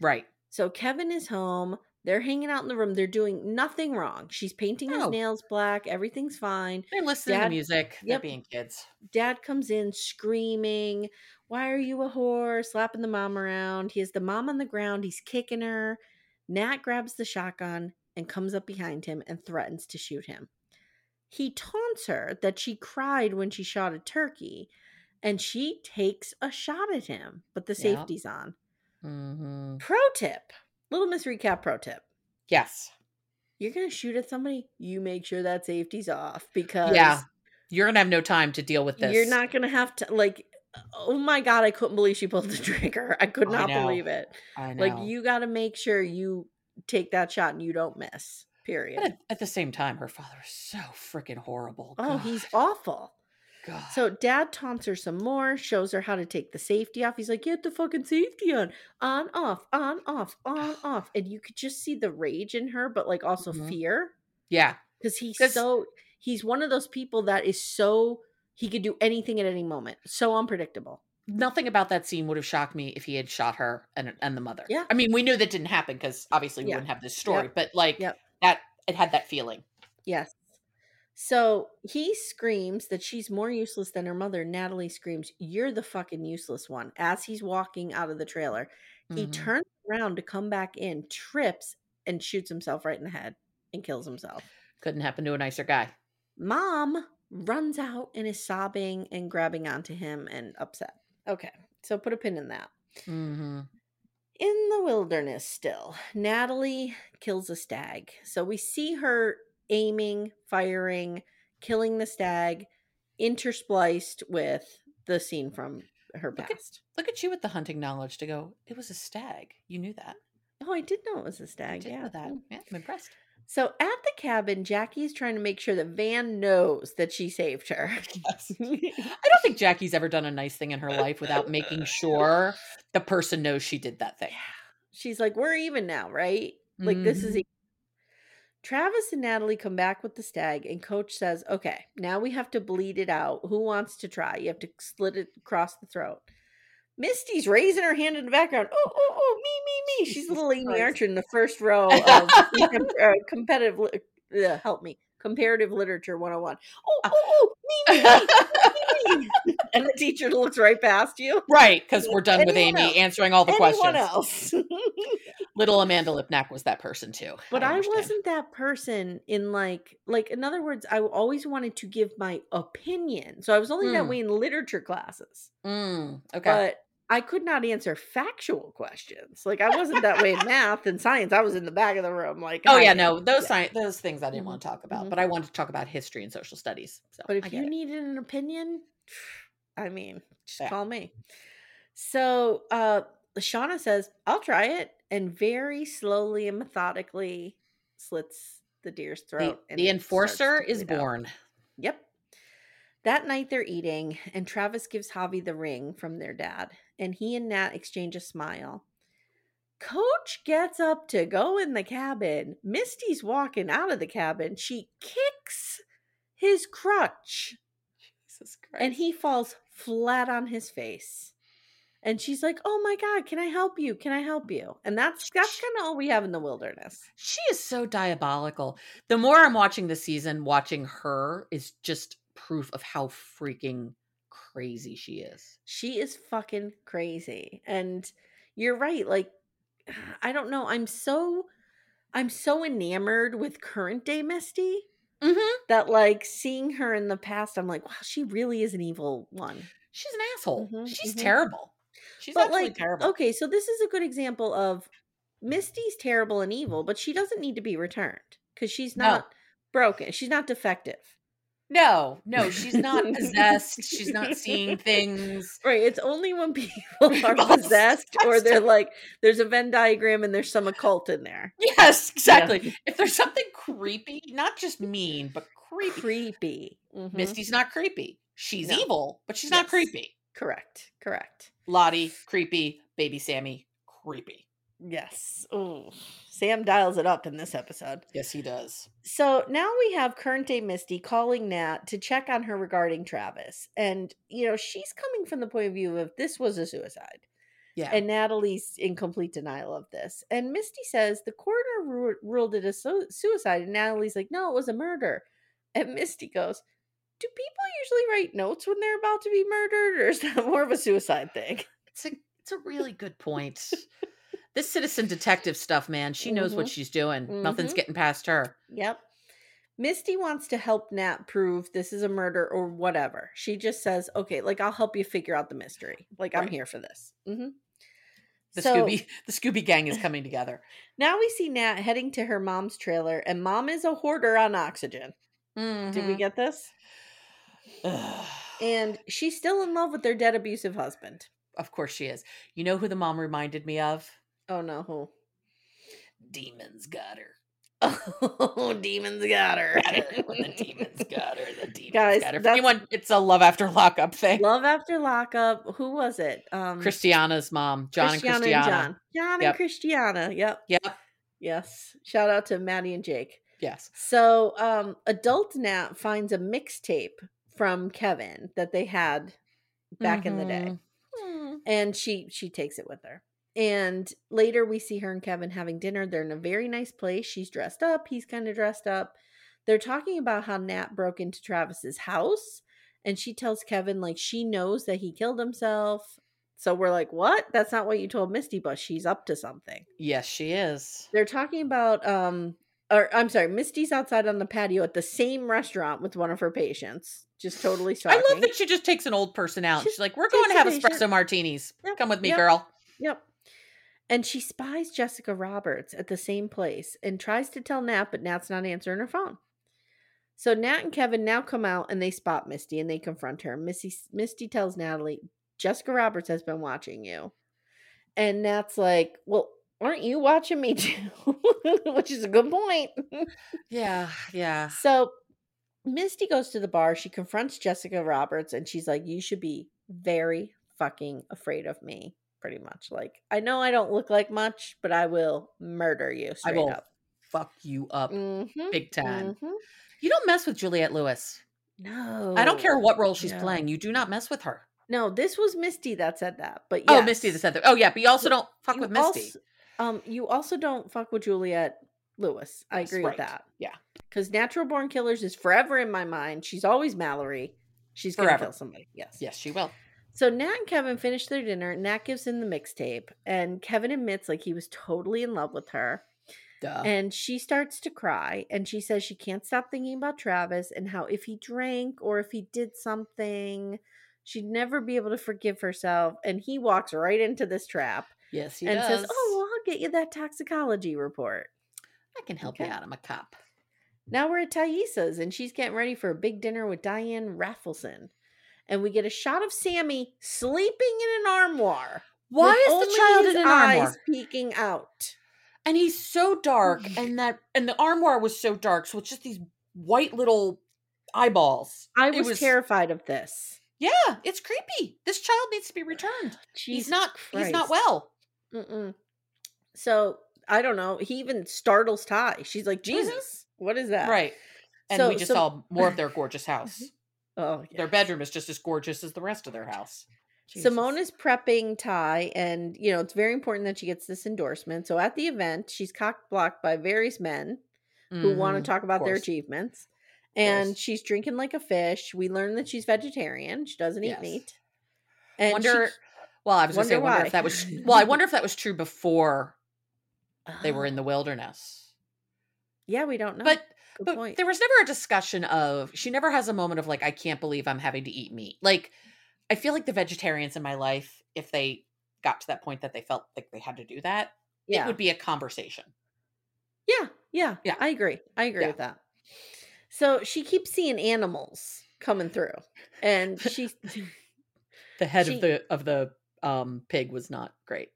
A: Right.
B: So Kevin is home. They're hanging out in the room. They're doing nothing wrong. She's painting his
A: No.
B: nails black. Everything's fine
A: They're listening
B: Dad-
A: to music.
B: yep.
A: They're being kids.
B: dad comes in screaming, Why are you a whore? slapping the mom around. He has the mom on the ground. He's kicking her. Nat grabs the shotgun and comes up behind him and threatens to shoot him. He taunts her that she cried when she shot a turkey and she takes a shot at him, but the
A: Yeah.
B: safety's on.
A: hmm
B: Pro tip Little Miss Recap pro tip.
A: Yes.
B: You're going to shoot at somebody, you make sure that safety's off because
A: Yeah. You're going to have no time to deal with this.
B: You're not gonna have to like. Oh my god, I couldn't believe she pulled the trigger. I could
A: I
B: not
A: know.
B: believe it.
A: I know.
B: Like you got to make sure you take that shot and you don't miss. Period.
A: But at, at the same time, her father is so freaking horrible.
B: oh,
A: God,
B: he's awful.
A: God.
B: So dad taunts her some more, shows her how to take the safety off. He's like, get the fucking safety on, on off, on off, on off, and you could just see the rage in her, but like also
A: Mhm.
B: fear
A: yeah,
B: because he's
A: 'Cause-
B: so he's one of those people that is so he could do anything at any moment, so unpredictable.
A: nothing about that scene would have shocked me if he had shot her and and the mother.
B: Yeah.
A: I mean, we knew that didn't happen because obviously we
B: Yeah.
A: wouldn't have this story.
B: Yep.
A: But like
B: Yep.
A: that, it had that feeling.
B: Yes. So he screams that she's more useless than her mother. Natalie screams, You're the fucking useless one. As he's walking out of the trailer, he
A: Mhm.
B: turns around to come back in, trips, and shoots himself right in the head and kills himself.
A: couldn't happen to a nicer guy.
B: Mom runs out and is sobbing and grabbing onto him and upset. Okay. So put a pin in that.
A: Mm-hmm.
B: in the wilderness still natalie kills a stag so we see her aiming firing killing the stag interspliced with the scene from her
A: Look at,
B: past
A: look at you with the hunting knowledge to go. It was a stag. You knew that.
B: oh i did know it was a
A: I
B: stag
A: did
B: yeah
A: know that.
B: mm.
A: Yeah, I'm impressed.
B: so at the cabin jackie is trying to make sure that van knows that she saved her
A: Yes. I don't think Jackie's ever done a nice thing in her life without making sure the person knows she did that thing.
B: she's like we're even now right like this
A: Mm-hmm.
B: is e-" travis and natalie come back with the stag and coach says okay now we have to bleed it out who wants to try you have to slit it across the throat misty's raising her hand in the background oh oh oh me me me she's
A: Jesus
B: little amy
A: Christ.
B: archer in the first row of com- uh, competitive lit- uh, help me comparative literature 101 oh
A: Uh.
B: oh oh me me, me, me, me and the teacher looks right past you
A: Right, because we're done with
B: Anyone
A: Amy
B: else?
A: answering all the
B: anyone
A: questions.
B: else
A: Little Amanda Lipnack was that person too.
B: But I,
A: understand.
B: wasn't that person in like like in other words, I always wanted to give my opinion. So I was only that
A: Mm.
B: way in literature classes.
A: Mm, okay.
B: But I could not answer factual questions. Like I wasn't that way in math and science. I was in the back of the room like
A: Oh yeah,
B: hiding.
A: no, those
B: Yeah.
A: science, those things I didn't
B: Mhm,
A: want to talk about,
B: mhm.
A: but I wanted to talk about history and social studies. So
B: But
A: I
B: if
A: get
B: you
A: it.
B: needed an opinion, I mean, just
A: Yeah.
B: call me. So uh Shauna says, I'll try it, and very slowly and methodically slits the deer's
A: the,
B: throat. and it starts
A: the
B: to
A: enforcer is
B: bleed out.
A: born.
B: Yep. That night they're eating, and Travis gives Javi the ring from their dad, and he and Nat exchange a smile. Coach gets up to go in the cabin. Misty's walking out of the cabin. She kicks his crutch,
A: Jesus Christ.
B: and he falls flat on his face. And she's like, "Oh my god, can I help you? Can I help you?" And that's that's kind of all we have in the wilderness.
A: She is so diabolical. The more I'm watching the season, watching her is just proof of how freaking crazy she is.
B: She is fucking crazy. And you're right. Like, I don't know. I'm so, I'm so enamored with current day Misty
A: Mm-hmm.
B: that like seeing her in the past, I'm like, wow, she really is an evil one.
A: She's an asshole.
B: Mhm,
A: She's
B: mhm.
A: terrible. She's
B: but
A: absolutely
B: like,
A: terrible.
B: okay, so this is a good example of Misty's terrible and evil, but she doesn't need to be returned because she's
A: No.
B: not broken. She's not defective.
A: No, no, she's not possessed. she's not seeing things.
B: Right. It's only when people are
A: Possessed.
B: possessed or they're like, there's a Venn diagram and there's some occult in there.
A: Yes, exactly. If there's something creepy, not just mean, but creepy.
B: creepy. Mhm.
A: Misty's not creepy. She's
B: No.
A: evil, but she's not
B: Yes.
A: creepy.
B: Correct. Correct.
A: Lottie, creepy. Baby Sammy, creepy.
B: Yes. Ooh. Sam dials it up in this episode.
A: Yes, he does.
B: So now we have current day Misty calling Nat to check on her regarding Travis. And, you know, she's coming from the point of view of this was a suicide.
A: Yeah.
B: And Natalie's in complete denial of this. And Misty says the coroner ru- ruled it a su- suicide. And Natalie's like, no, it was a murder. And Misty goes, do people usually write notes when they're about to be murdered? Or is that more of a suicide thing?
A: It's a it's a really good point. this citizen detective stuff, man, she knows what
B: Mhm.
A: she's doing. Nothing's
B: Mhm.
A: getting past her.
B: Yep. Misty wants to help Nat prove this is a murder or whatever. She just says, okay, like I'll help you figure out the mystery. Like I'm
A: Right.
B: here for this. hmm
A: The
B: so
A: Scooby the Scooby gang is coming together.
B: now we see Nat heading to her mom's trailer, and mom is a hoarder on oxygen. Did we
A: Mhm.
B: get this? And she's still in love with their dead abusive husband.
A: of course she is. You know who the mom reminded me of?
B: Oh no, who?
A: Demons got her.
B: Oh, demons got her.
A: Got her. the demons got her. The demons
B: Guys,
A: got her. For
B: that's-
A: anyone, it's a love after lockup thing.
B: love after lockup. Who was it? Um,
A: Christiana's mom, John and
B: Christiana
A: Mm. Christiana.
B: John. John
A: Yep.
B: and Christiana. Yep.
A: Yep.
B: Yes. Shout out to Maddie and Jake.
A: Yes.
B: So, um, adult Nat finds a mixtape from Kevin that they had back in the day, and she she takes it with her. And later, we see her and Kevin having dinner. They're in a very nice place. She's dressed up. He's kind of dressed up. They're talking about how Nat broke into Travis's house, and she tells Kevin like she knows that he killed himself. So we're like, what? That's not what you told Misty, but she's up to something
A: Yes, she is.
B: they're talking about um or I'm sorry, Misty's outside on the patio at the same restaurant with one of her patients. Just totally shocking.
A: I love that she just takes an old person out.
B: She
A: She's like, "We're
B: takes
A: going to have
B: the patient-
A: espresso martinis.
B: Yep,
A: Come with me,
B: yep.
A: girl."
B: Yep. And she spies Jessica Roberts at the same place and tries to tell Nat, but Nat's not answering her phone. So Nat and Kevin now come out and they spot Misty and they confront her. Misty Misty tells Natalie, Jessica Roberts has been watching you. And Nat's like, Well, aren't you watching me too? Which is a good point.
A: Yeah, yeah.
B: So Misty goes to the bar. She confronts Jessica Roberts and she's like, You should be very fucking afraid of me. Pretty much. Like, I know I don't look like much, but I will murder you straight
A: will
B: up.
A: Fuck you up
B: Mhm,
A: big time.
B: mhm.
A: You don't mess with Juliette Lewis.
B: mm-hmm. No.
A: I don't care what role she's
B: no.
A: playing. You do not mess with her.
B: No, this was Misty that said that. But
A: Oh, Misty the
B: yes,
A: said that. Oh, yeah, but you also don't fuck
B: you
A: with Misty.
B: also- um, you also don't fuck with Juliet Lewis. I
A: Yes,
B: agree
A: right.
B: with that.
A: Yeah.
B: Because Natural Born Killers is forever in my mind. She's always Mallory. She's going to
A: Forever.
B: kill somebody. Yes.
A: yes, she will.
B: So Nat and Kevin finish their dinner. Nat gives him the mixtape, and Kevin admits like he was totally in love with her.
A: Duh.
B: And she starts to cry and she says she can't stop thinking about Travis and how if he drank or if he did something, she'd never be able to forgive herself. And he walks right into this trap
A: yes, he
B: and
A: does.
B: says, Oh, well, I'll get you that toxicology report.
A: I can help
B: okay.
A: you out. I'm a cop.
B: Now we're at Thaisa's and she's getting ready for a big dinner with Diane Raffleson. And we get a shot of Sammy sleeping in an armoire.
A: Why
B: with
A: is the
B: only
A: child
B: his
A: in an
B: eyes
A: armor?
B: peeking out?
A: And he's so dark,
B: Mm.
A: and that and the armoire was so dark, so it's just these white little eyeballs.
B: I
A: It
B: was, terrified of this.
A: Yeah, it's creepy. This child needs to be returned. he's
B: Jesus
A: not. He's not
B: Christ.
A: well.
B: Mm-mm. So I don't know. He even startles Ty. She's like, "Jesus, what is that?"
A: Mm-hmm. Right. And
B: So-
A: we just
B: so-
A: saw more of their gorgeous house.
B: Oh, yeah.
A: Their bedroom is just as gorgeous as the rest of their house.
B: Simone is prepping Ty, and you know it's very important that she gets this endorsement. So at the event, she's cock blocked by various men who want to
A: Mhm.
B: talk about their
A: course.
B: achievements,
A: course.
B: and she's drinking like a fish. We learn that she's vegetarian; she doesn't
A: Yes.
B: eat meat. And she-
A: wonder. well, I was going to say,
B: wonder
A: wonder
B: why.
A: if that was. Well, I wonder if that was true before they were in the wilderness.
B: uh, yeah, we don't know.
A: But
B: Good
A: but
B: point.
A: there was never a discussion of. She never has a moment of like, I can't believe I'm having to eat meat. Like, I feel like the vegetarians in my life, if they got to that point that they felt like they had to do that,
B: yeah.
A: it would be a conversation.
B: Yeah, yeah,
A: Yeah.
B: I agree. I agree
A: Yeah.
B: with that. So she keeps seeing animals coming through, and she
A: The head
B: She-
A: of the of the um pig was not great.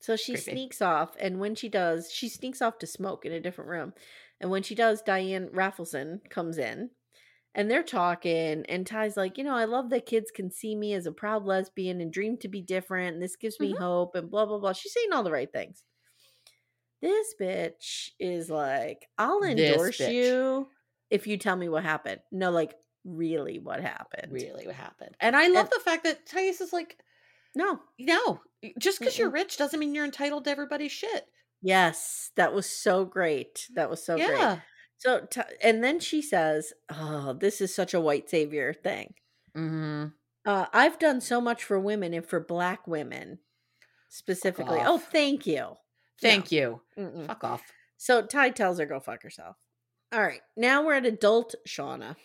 B: so she
A: Creepy.
B: sneaks off, and when she does, she sneaks off to smoke in a different room, and when she does, Diane Raffleson comes in, and they're talking, and Ty's like, you know, I love that kids can see me as a proud lesbian and dream to be different, and this gives me
A: Mm-hmm.
B: hope, and blah blah blah. She's saying all the right things. This bitch is like, I'll
A: This
B: endorse
A: bitch.
B: you. if you tell me what happened. No, like really what happened.
A: Really, what happened? And I love
B: And-
A: the fact that Thais is like,
B: No.
A: No, y- just because you're
B: Mm-mm.
A: rich doesn't mean you're entitled to everybody's shit.
B: Yes, that was so great. That was so
A: yeah.
B: great. So t- and then she says, "Oh, this is such a white savior thing.
A: Mm-hmm.
B: Uh, I've done so much for women and for black women specifically. Oh,
A: off.
B: thank you.
A: Thank you.
B: Mm-mm.
A: Fuck off.
B: So Ty tells her go fuck herself. All right, now we're at adult Shauna.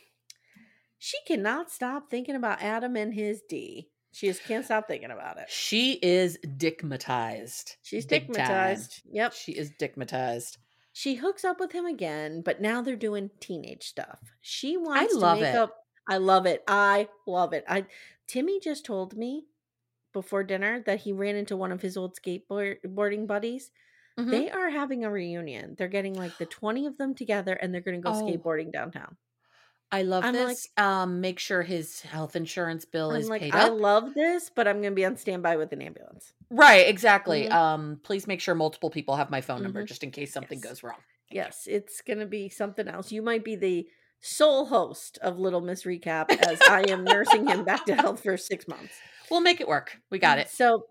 B: She cannot stop thinking about Adam and his D. She just can't stop thinking about it.
A: She is dickmatized.
B: She's
A: Big time.
B: stigmatized. Yep.
A: She is dickmatized.
B: She hooks up with him again, but now they're doing teenage stuff. She wants
A: love
B: to make
A: it.
B: up. I love it. I love it. I Timmy just told me before dinner that he ran into one of his old skateboarding buddies.
A: Mm-hmm.
B: They are having a reunion. They're getting like the 20 of them together and they're going to go
A: Oh.
B: skateboarding downtown.
A: I love
B: I'm like-
A: this. um, make sure his health insurance bill
B: I'm
A: is
B: like,
A: paid
B: I
A: up.
B: love this, but I'm going to be on standby with an ambulance.
A: right, exactly.
B: Mhm.
A: Um, please make sure multiple people have my phone number
B: Mhm.
A: just in case something
B: Yes.
A: goes wrong. Thank you.
B: Yes, it's going to be something else. You might be the sole host of Little Miss Recap as I am nursing him back to health for six months.
A: We'll make it work. We got it.
B: So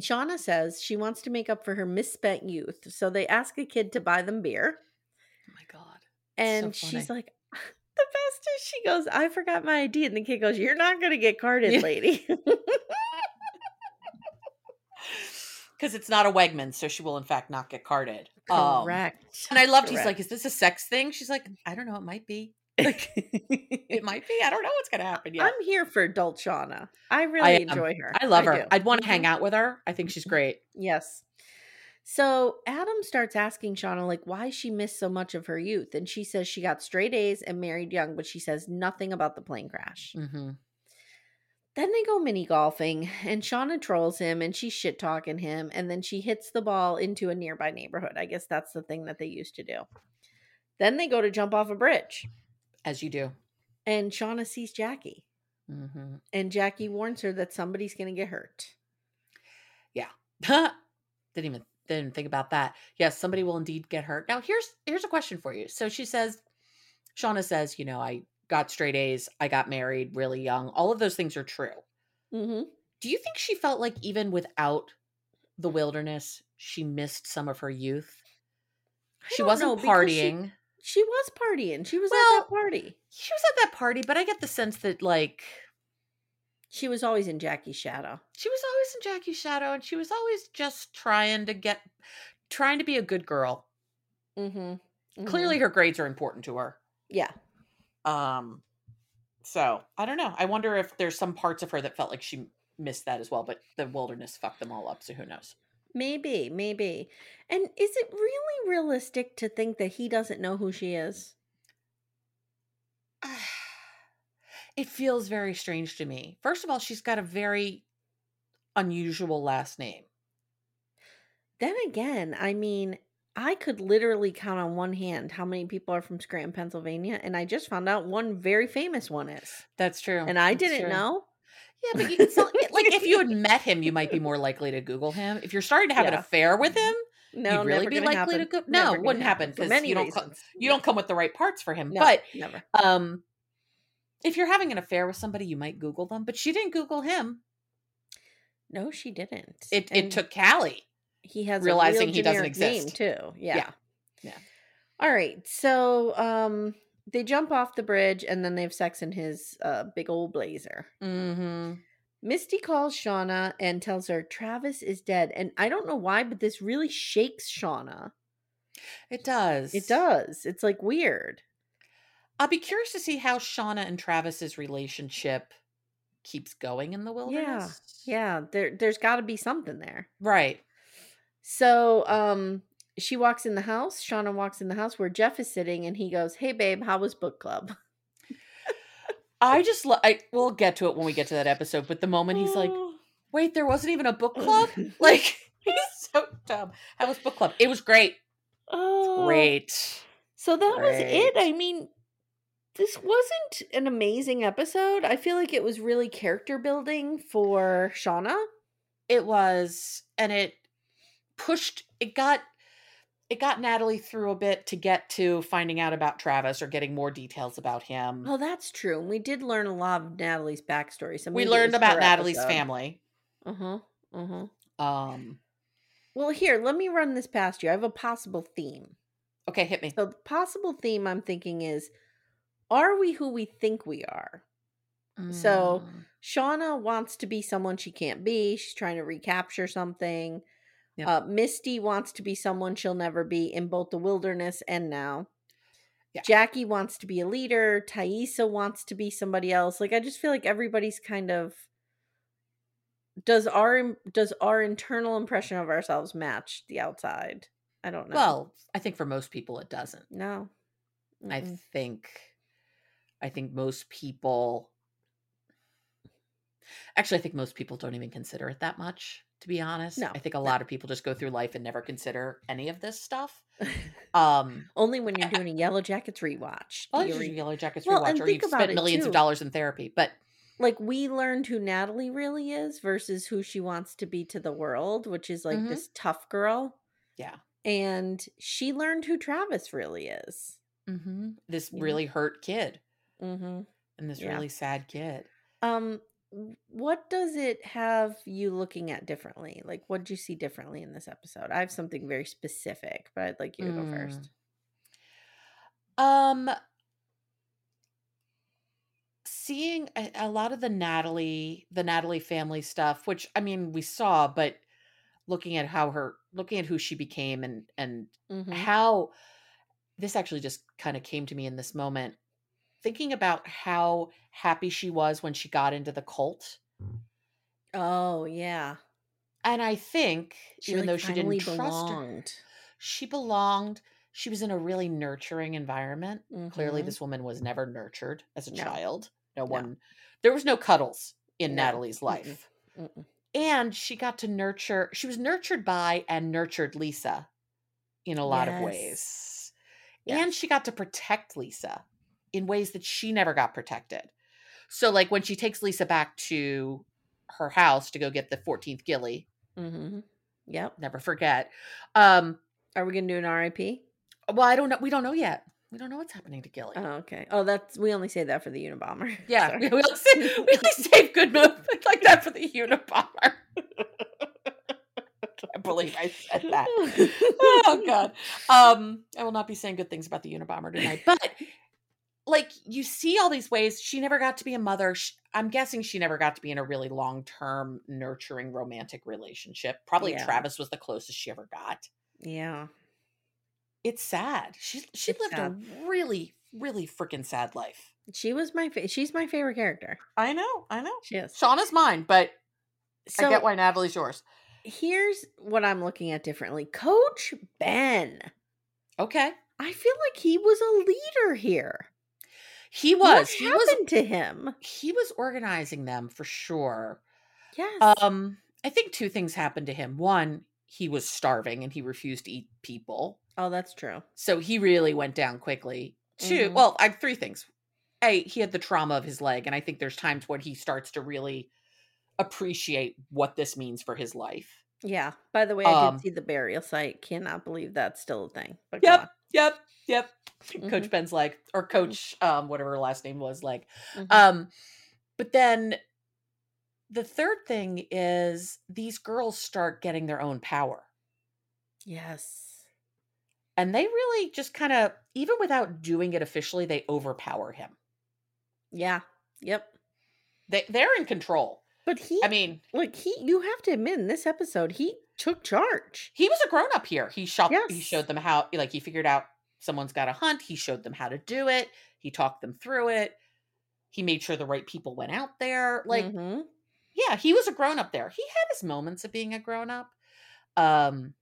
B: Shauna says she wants to make up for her misspent youth. So they ask a kid to buy them beer.
A: Oh my god. So
B: And she's
A: funny.
B: like, the best is she goes, I forgot my ID. And the kid goes, You're not going to get carded,
A: Yeah.
B: lady.
A: Because it's not a Wegman, so she will in fact not get carded. Um,
B: Correct.
A: And I loved he's like,
B: Correct.
A: is this a sex thing? She's like, I don't know, it might be. Like, it might be. I don't know what's gonna happen yet.
B: I'm here for adult Shauna. I really
A: am.
B: enjoy her.
A: i love her.
B: do. Mm-hmm.
A: I'd want to
B: Mhm.
A: hang out with her. I think she's great.
B: Yes. So Adam starts asking Shauna, like, why she missed so much of her youth. And she says she got straight A's and married young, but she says nothing about the plane crash.
A: Mm-hmm.
B: Then they go mini golfing, and Shauna trolls him and she's shit talking him, and then she hits the ball into a nearby neighborhood. I guess that's the thing that they used to do. Then they go to jump off a bridge,
A: As you do.
B: and Shauna sees Jackie,
A: Mm-hmm.
B: and Jackie warns her that somebody's going to get hurt.
A: didn't even didn't think about that. Yes, somebody will indeed get hurt. Now here's here's a question for you. So she says, Shauna says, you know, I got straight A's, I got married really young. All of those things are true.
B: Mm-hmm.
A: Do you think she felt like even without the wilderness, she missed some of her youth? She wasn't partying.
B: She, was partying. She was at
A: Well,
B: that party.
A: she was at that party, but I get the sense that like
B: She She was always in Jackie's shadow.
A: she was always in Jackie's shadow and she was always just trying to get trying to be a good girl.
B: Mm-hmm.
A: Clearly her grades are important to her.
B: Yeah.
A: Um so, I don't know. I wonder if there's some parts of her that felt like she missed that as well, but the wilderness fucked them all up, so who knows.
B: Maybe, maybe. And is it really realistic to think that he doesn't know who she is?
A: It feels very strange to me. First of all, she's got a very unusual last name.
B: Then again, I mean, I could literally count on one hand how many people are from Scranton, Pennsylvania, and I just found out one very famous one is.
A: That's true.
B: And I
A: Oh, That's
B: didn't
A: true.
B: know.
A: Yeah, but you can still like if you had met him, you might be more likely to Google him. If you're starting to have an
B: Yeah. Mm-hmm.
A: affair with him,
B: No,
A: You'd really
B: never
A: be
B: gonna
A: likely
B: happen.
A: to go-
B: Never
A: No,
B: gonna
A: wouldn't happen,
B: for
A: 'cause
B: many
A: you don't co-
B: reasons.
A: you don't come with the right parts for him.
B: No,
A: But
B: never.
A: um if you're having an affair with somebody, you might Google them. But she didn't Google him.
B: No, she didn't.
A: It
B: And
A: it took Callie.
B: he has a
A: realizing
B: real
A: he doesn't
B: generic name,
A: exist.
B: too. Yeah.
A: Yeah. Yeah.
B: All right. So um they jump off the bridge and then they have sex in his uh, big old blazer.
A: Mm-hmm.
B: Misty calls Shauna and tells her Travis is dead. And I don't know why, but this really shakes Shauna.
A: It does.
B: It does. It's like weird.
A: I'll be curious to see how Shauna and Travis's relationship keeps going in the wilderness.
B: Yeah, there there's got to be something there.
A: Right.
B: So, um she walks in the house. Shauna walks in the house where Jeff is sitting and he goes, "Hey babe, how was book club?"
A: I just lo- I we'll get to it when we get to that episode, but the moment he's like,
B: Oh.
A: "Wait, there wasn't even a book club?" like he's so dumb. How was book club? It was great.
B: "Oh."
A: Great.
B: So that was it.
A: Great.
B: I mean, this wasn't an amazing episode. I feel like it was really character building for Shauna.
A: It was and it pushed it got it got Natalie through a bit to get to finding out about Travis or getting more details about him.
B: Well, that's true. And we did learn a lot of Natalie's backstory. So
A: we
B: maybe it
A: learned
B: was
A: about
B: her
A: Natalie's
B: episode.
A: family.
B: Uh-huh. Uh-huh.
A: Um
B: Well, here, let me run this past you. I have a possible theme.
A: okay, hit me.
B: So the possible theme I'm thinking is are we who we think we are? So-
A: Mm.
B: Shauna wants to be someone she can't be. She's trying to recapture something.
A: Yep.
B: Uh, Misty wants to be someone she'll never be in both the wilderness and now.
A: Yeah.
B: Jackie wants to be a leader. Thaisa wants to be somebody else. Like I just feel like everybody's kind of does our im- does our internal impression of ourselves match the outside? I don't know.
A: well, I think for most people it doesn't.
B: no.
A: I
B: Mm-mm.
A: think I think most people actually I think most people don't even consider it that much, to be honest.
B: No,
A: I think a
B: no.
A: lot of people just go through life and never consider any of this stuff. Um
B: Only when you're doing a Yellow Jackets rewatch. do
A: well,
B: you
A: you
B: re-
A: Yellow Jackets
B: Well, and
A: rewatch, or
B: think
A: you've
B: about
A: spent
B: it,
A: millions
B: too.
A: of dollars in therapy. But
B: like we learned who Natalie really is versus who she wants to be to the world, which is like
A: Mhm.
B: this tough girl.
A: Yeah.
B: And she learned who Travis really is.
A: this
B: Mm-hmm. Yeah.
A: really hurt kid
B: Mm-hmm.
A: and this
B: Yeah.
A: really sad kid.
B: Um, w- what does it have you looking at differently? Like, what did you see differently in this episode? I have something very specific, but I'd like you to
A: Mm.
B: go first.
A: Um, seeing a, a lot of the Natalie, the Natalie family stuff, which I mean we saw, but looking at how her, looking at who she became, and and
B: Mhm.
A: how this actually just kind of came to me in this moment, thinking about how happy she was when she got into the cult,
B: Oh yeah,
A: and I think even
B: like,
A: though she
B: finally
A: didn't trust her,
B: belonged.
A: she belonged. She was in a really nurturing environment. Clearly,
B: Mhm.
A: this woman was never nurtured as a
B: No.
A: child. No,
B: No.
A: one, there was no cuddles in
B: No.
A: Natalie's
B: Mm-mm.
A: life.
B: Mm-mm.
A: And she got to nurture, she was nurtured by and nurtured Lisa in a lot of ways. And
B: Yes.
A: she got to protect Lisa in ways that she never got protected. So, like when she takes Lisa back to her house to go get the 14th Gilly,
B: Mhm. Yep.
A: never forget. Um,
B: Are we gonna do an RIP?
A: well, I don't know. We don't know yet. We don't know what's happening to Gilly.
B: Oh, okay. Oh, that's we only say that for the Unabomber.
A: Yeah,
B: Sorry.
A: we only save, we only save good movement like that for the Unabomber. I can't believe I said that. Oh god. Um, I will not be saying good things about the Unabomber tonight, but like you see all these ways she never got to be a mother. Sh I'm guessing she never got to be in a really long term, nurturing romantic relationship. Probably
B: Yeah.
A: Travis was the closest she ever got.
B: Yeah.
A: It's sad. She she
B: It's
A: lived
B: sad.
A: a really really freaking sad life.
B: She was my fa- she's my favorite character.
A: I know. I know.
B: She is.
A: Shauna's mine, but
B: So
A: I get why Natalie's yours.
B: here's what I'm looking at differently. Coach Ben.
A: Okay.
B: I feel like he was a leader here.
A: He was.
B: what
A: he was
B: happened to him?
A: he was organizing them for sure.
B: Yes.
A: Um, I think two things happened to him. One, he was starving and he refused to eat people.
B: oh, that's true.
A: So he really went down quickly. 2
B: Mhm.
A: well, I three things. A, he had the trauma of his leg, and I think there's times when he starts to really appreciate what this means for his life.
B: Yeah. By the way, I
A: Um,
B: did see the burial site. Cannot believe that's still a thing. But go
A: Yep, yep, yep.
B: Mhm.
A: Coach Ben's like, or Coach, um, whatever her last name was, like,
B: on. Mhm.
A: Um, but then the third thing is these girls start getting their own power.
B: yes.
A: And they really just kind of, even without doing it officially, they overpower him.
B: Yeah. Yep.
A: They they're in control.
B: But he
A: I mean,
B: like he you have to admit in this episode he took charge.
A: he was a grown up here. He shot he
B: Yes.
A: showed them how like he figured out someone's got to hunt. He showed them how to do it. He talked them through it. He made sure the right people went out there. Like
B: Mhm.
A: yeah, he was a grown up there. He had his moments of being a grown up. Um,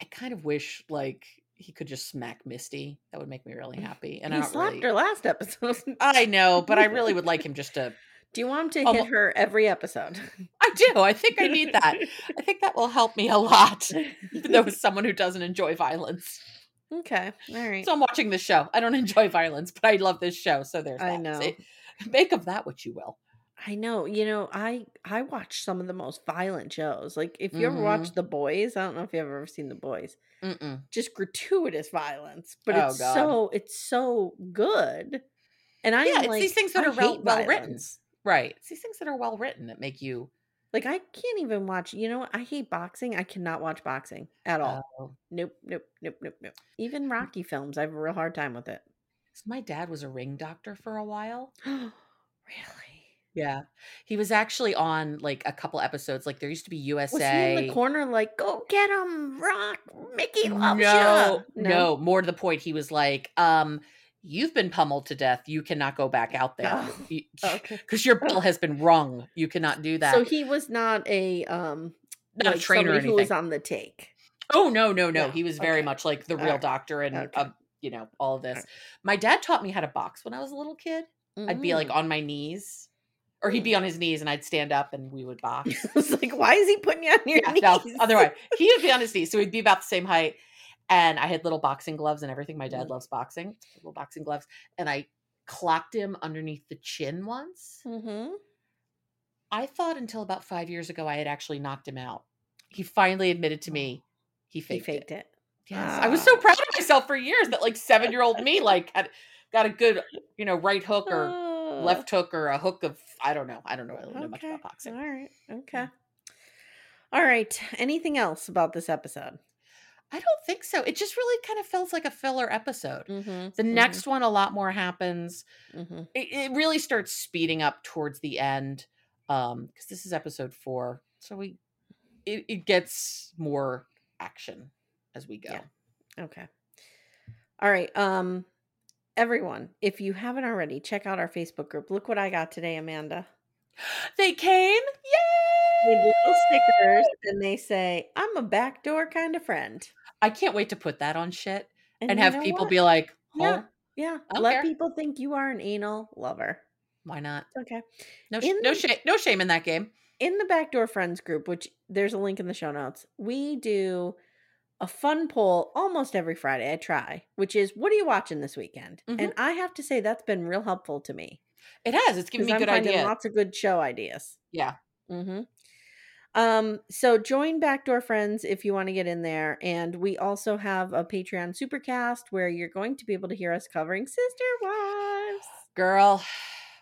A: I kind of wish like he could just smack Misty. That would make me really happy. And
B: he
A: I don't
B: slapped
A: really-
B: her last episode.
A: I know, but I really would like him just to.
B: Do you want him to
A: Oh,
B: hit
A: well-
B: her every episode?
A: I do. I think I need that. I think that will help me a lot. Even though as someone who doesn't enjoy violence,
B: okay. All right.
A: so I'm watching this show. I don't enjoy violence, but I love this show. So there's.
B: I
A: that.
B: know.
A: See? Make of that what you will.
B: I know. You know, I I watch some of the most violent shows. Like if you ever
A: Mhm.
B: watch The Boys, I don't know if you've ever seen The Boys.
A: Mm-mm.
B: Just gratuitous violence, but
A: Oh,
B: it's
A: God.
B: so it's so good. And I
A: Yeah,
B: am,
A: it's
B: like,
A: these things that
B: I
A: are well-
B: hate
A: well-written.
B: violence.
A: Right. It's these things that are well written that make you.
B: Like I can't even watch. You know, what? I hate boxing. I cannot watch boxing at all.
A: Oh,
B: Nope, nope, nope, nope, nope. Even Rocky films, I have a real hard time with it.
A: 'Cause My dad was a ring doctor for a while.
B: really?
A: Yeah. He was actually on like a couple episodes. Like there used to be
B: Was
A: USA.
B: he in the corner like, go get him, Rock, Mickey
A: no,
B: loves
A: no,
B: you?
A: More to the point, he was like, um, you've been pummeled to death. You cannot go back out there.
B: Oh,
A: Because
B: Okay.
A: your bell has been rung. You cannot do that.
B: So he was not a um
A: not a
B: like
A: trainer or
B: somebody who
A: anything.
B: was on the take.
A: oh no, no, no.
B: No,
A: He was very
B: okay.
A: much like the
B: All
A: real
B: right,
A: doctor and
B: okay.
A: uh, you know, all of this.
B: right.
A: My dad taught me how to box when I was a little kid. I'd be
B: Mm.
A: like on my knees. Or he'd be on his knees and I'd stand up and we would box.
B: Mm. I was like, why is he putting you on your
A: Yeah,
B: knees?
A: no, otherwise he would be on his knees, so he'd be about the same height. And I had little boxing gloves and everything. My dad
B: Mm.
A: loves boxing, little boxing gloves, and I clocked him underneath the chin once.
B: Mhm.
A: I thought until about five years ago I had actually knocked him out. He finally admitted to me
B: He
A: he faked,
B: faked
A: it.
B: it.
A: Yes, I was so
B: Ah.
A: proud of myself for years that like seven year old me like had, got a good you know right hook or
B: Oh,
A: left hook or a hook of I don't know I don't know I don't know much about boxing.
B: All right. Okay. All right. Anything else about this episode?
A: I don't think so. It just really kind of feels like a filler episode.
B: Mm-hmm.
A: The next one, a lot more happens.
B: hmm
A: It, it really starts speeding up towards the end because this is episode four, so we it, it gets more action as we go.
B: Yeah. Okay. All right. Um, everyone, if you haven't already, check out our Facebook group. Look what I got today, Amanda.
A: They came,
B: With
A: yay!
B: little stickers, and they say, "I'm a backdoor kind of friend,"
A: I can't wait to put that on shit and,
B: you
A: have
B: know
A: people
B: what?
A: be like, "Oh,
B: Yeah. "Yeah,
A: I don't
B: let
A: care."
B: people think you are an anal lover."
A: why not?
B: Okay.
A: No, sh-
B: In
A: no
B: the-
A: shame, no shame in that game."
B: in the backdoor friends group which there's a link in the show notes we do a fun poll almost every friday i try which is what are you watching this weekend
A: Mm-hmm.
B: and i have to say that's been real helpful to me
A: It has. It's giving
B: 'cause
A: me
B: i'm
A: good
B: finding
A: ideas.
B: lots of good show ideas
A: Yeah.
B: mm-hmm um so join backdoor friends if you want to get in there and we also have a patreon supercast where you're going to be able to hear us covering sister wives
A: Girl,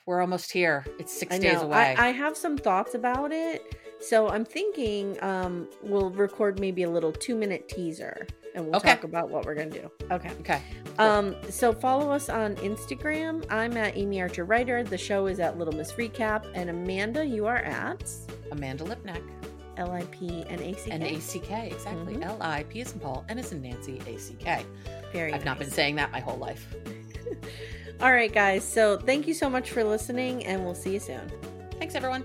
A: we're almost here. It's six
B: I
A: days
B: know.
A: away.
B: I, I have some thoughts about it. So I'm thinking um, we'll record maybe a little two minute teaser and we'll
A: Okay.
B: talk about what we're going to do. Okay.
A: okay.
B: Um, so follow us on Instagram. I'm at Amy Archer Writer. The show is at Little Miss Recap. And Amanda, you are at
A: Amanda Lipnack
B: L I P N A C
A: and ACK. Exactly.
B: Mhm.
A: L I P is in Paul, N is in Nancy, ACK.
B: Very
A: I've not been
B: nice.
A: saying that my whole life.
B: All right, guys. So thank you so much for listening, and we'll see you soon.
A: Thanks, everyone.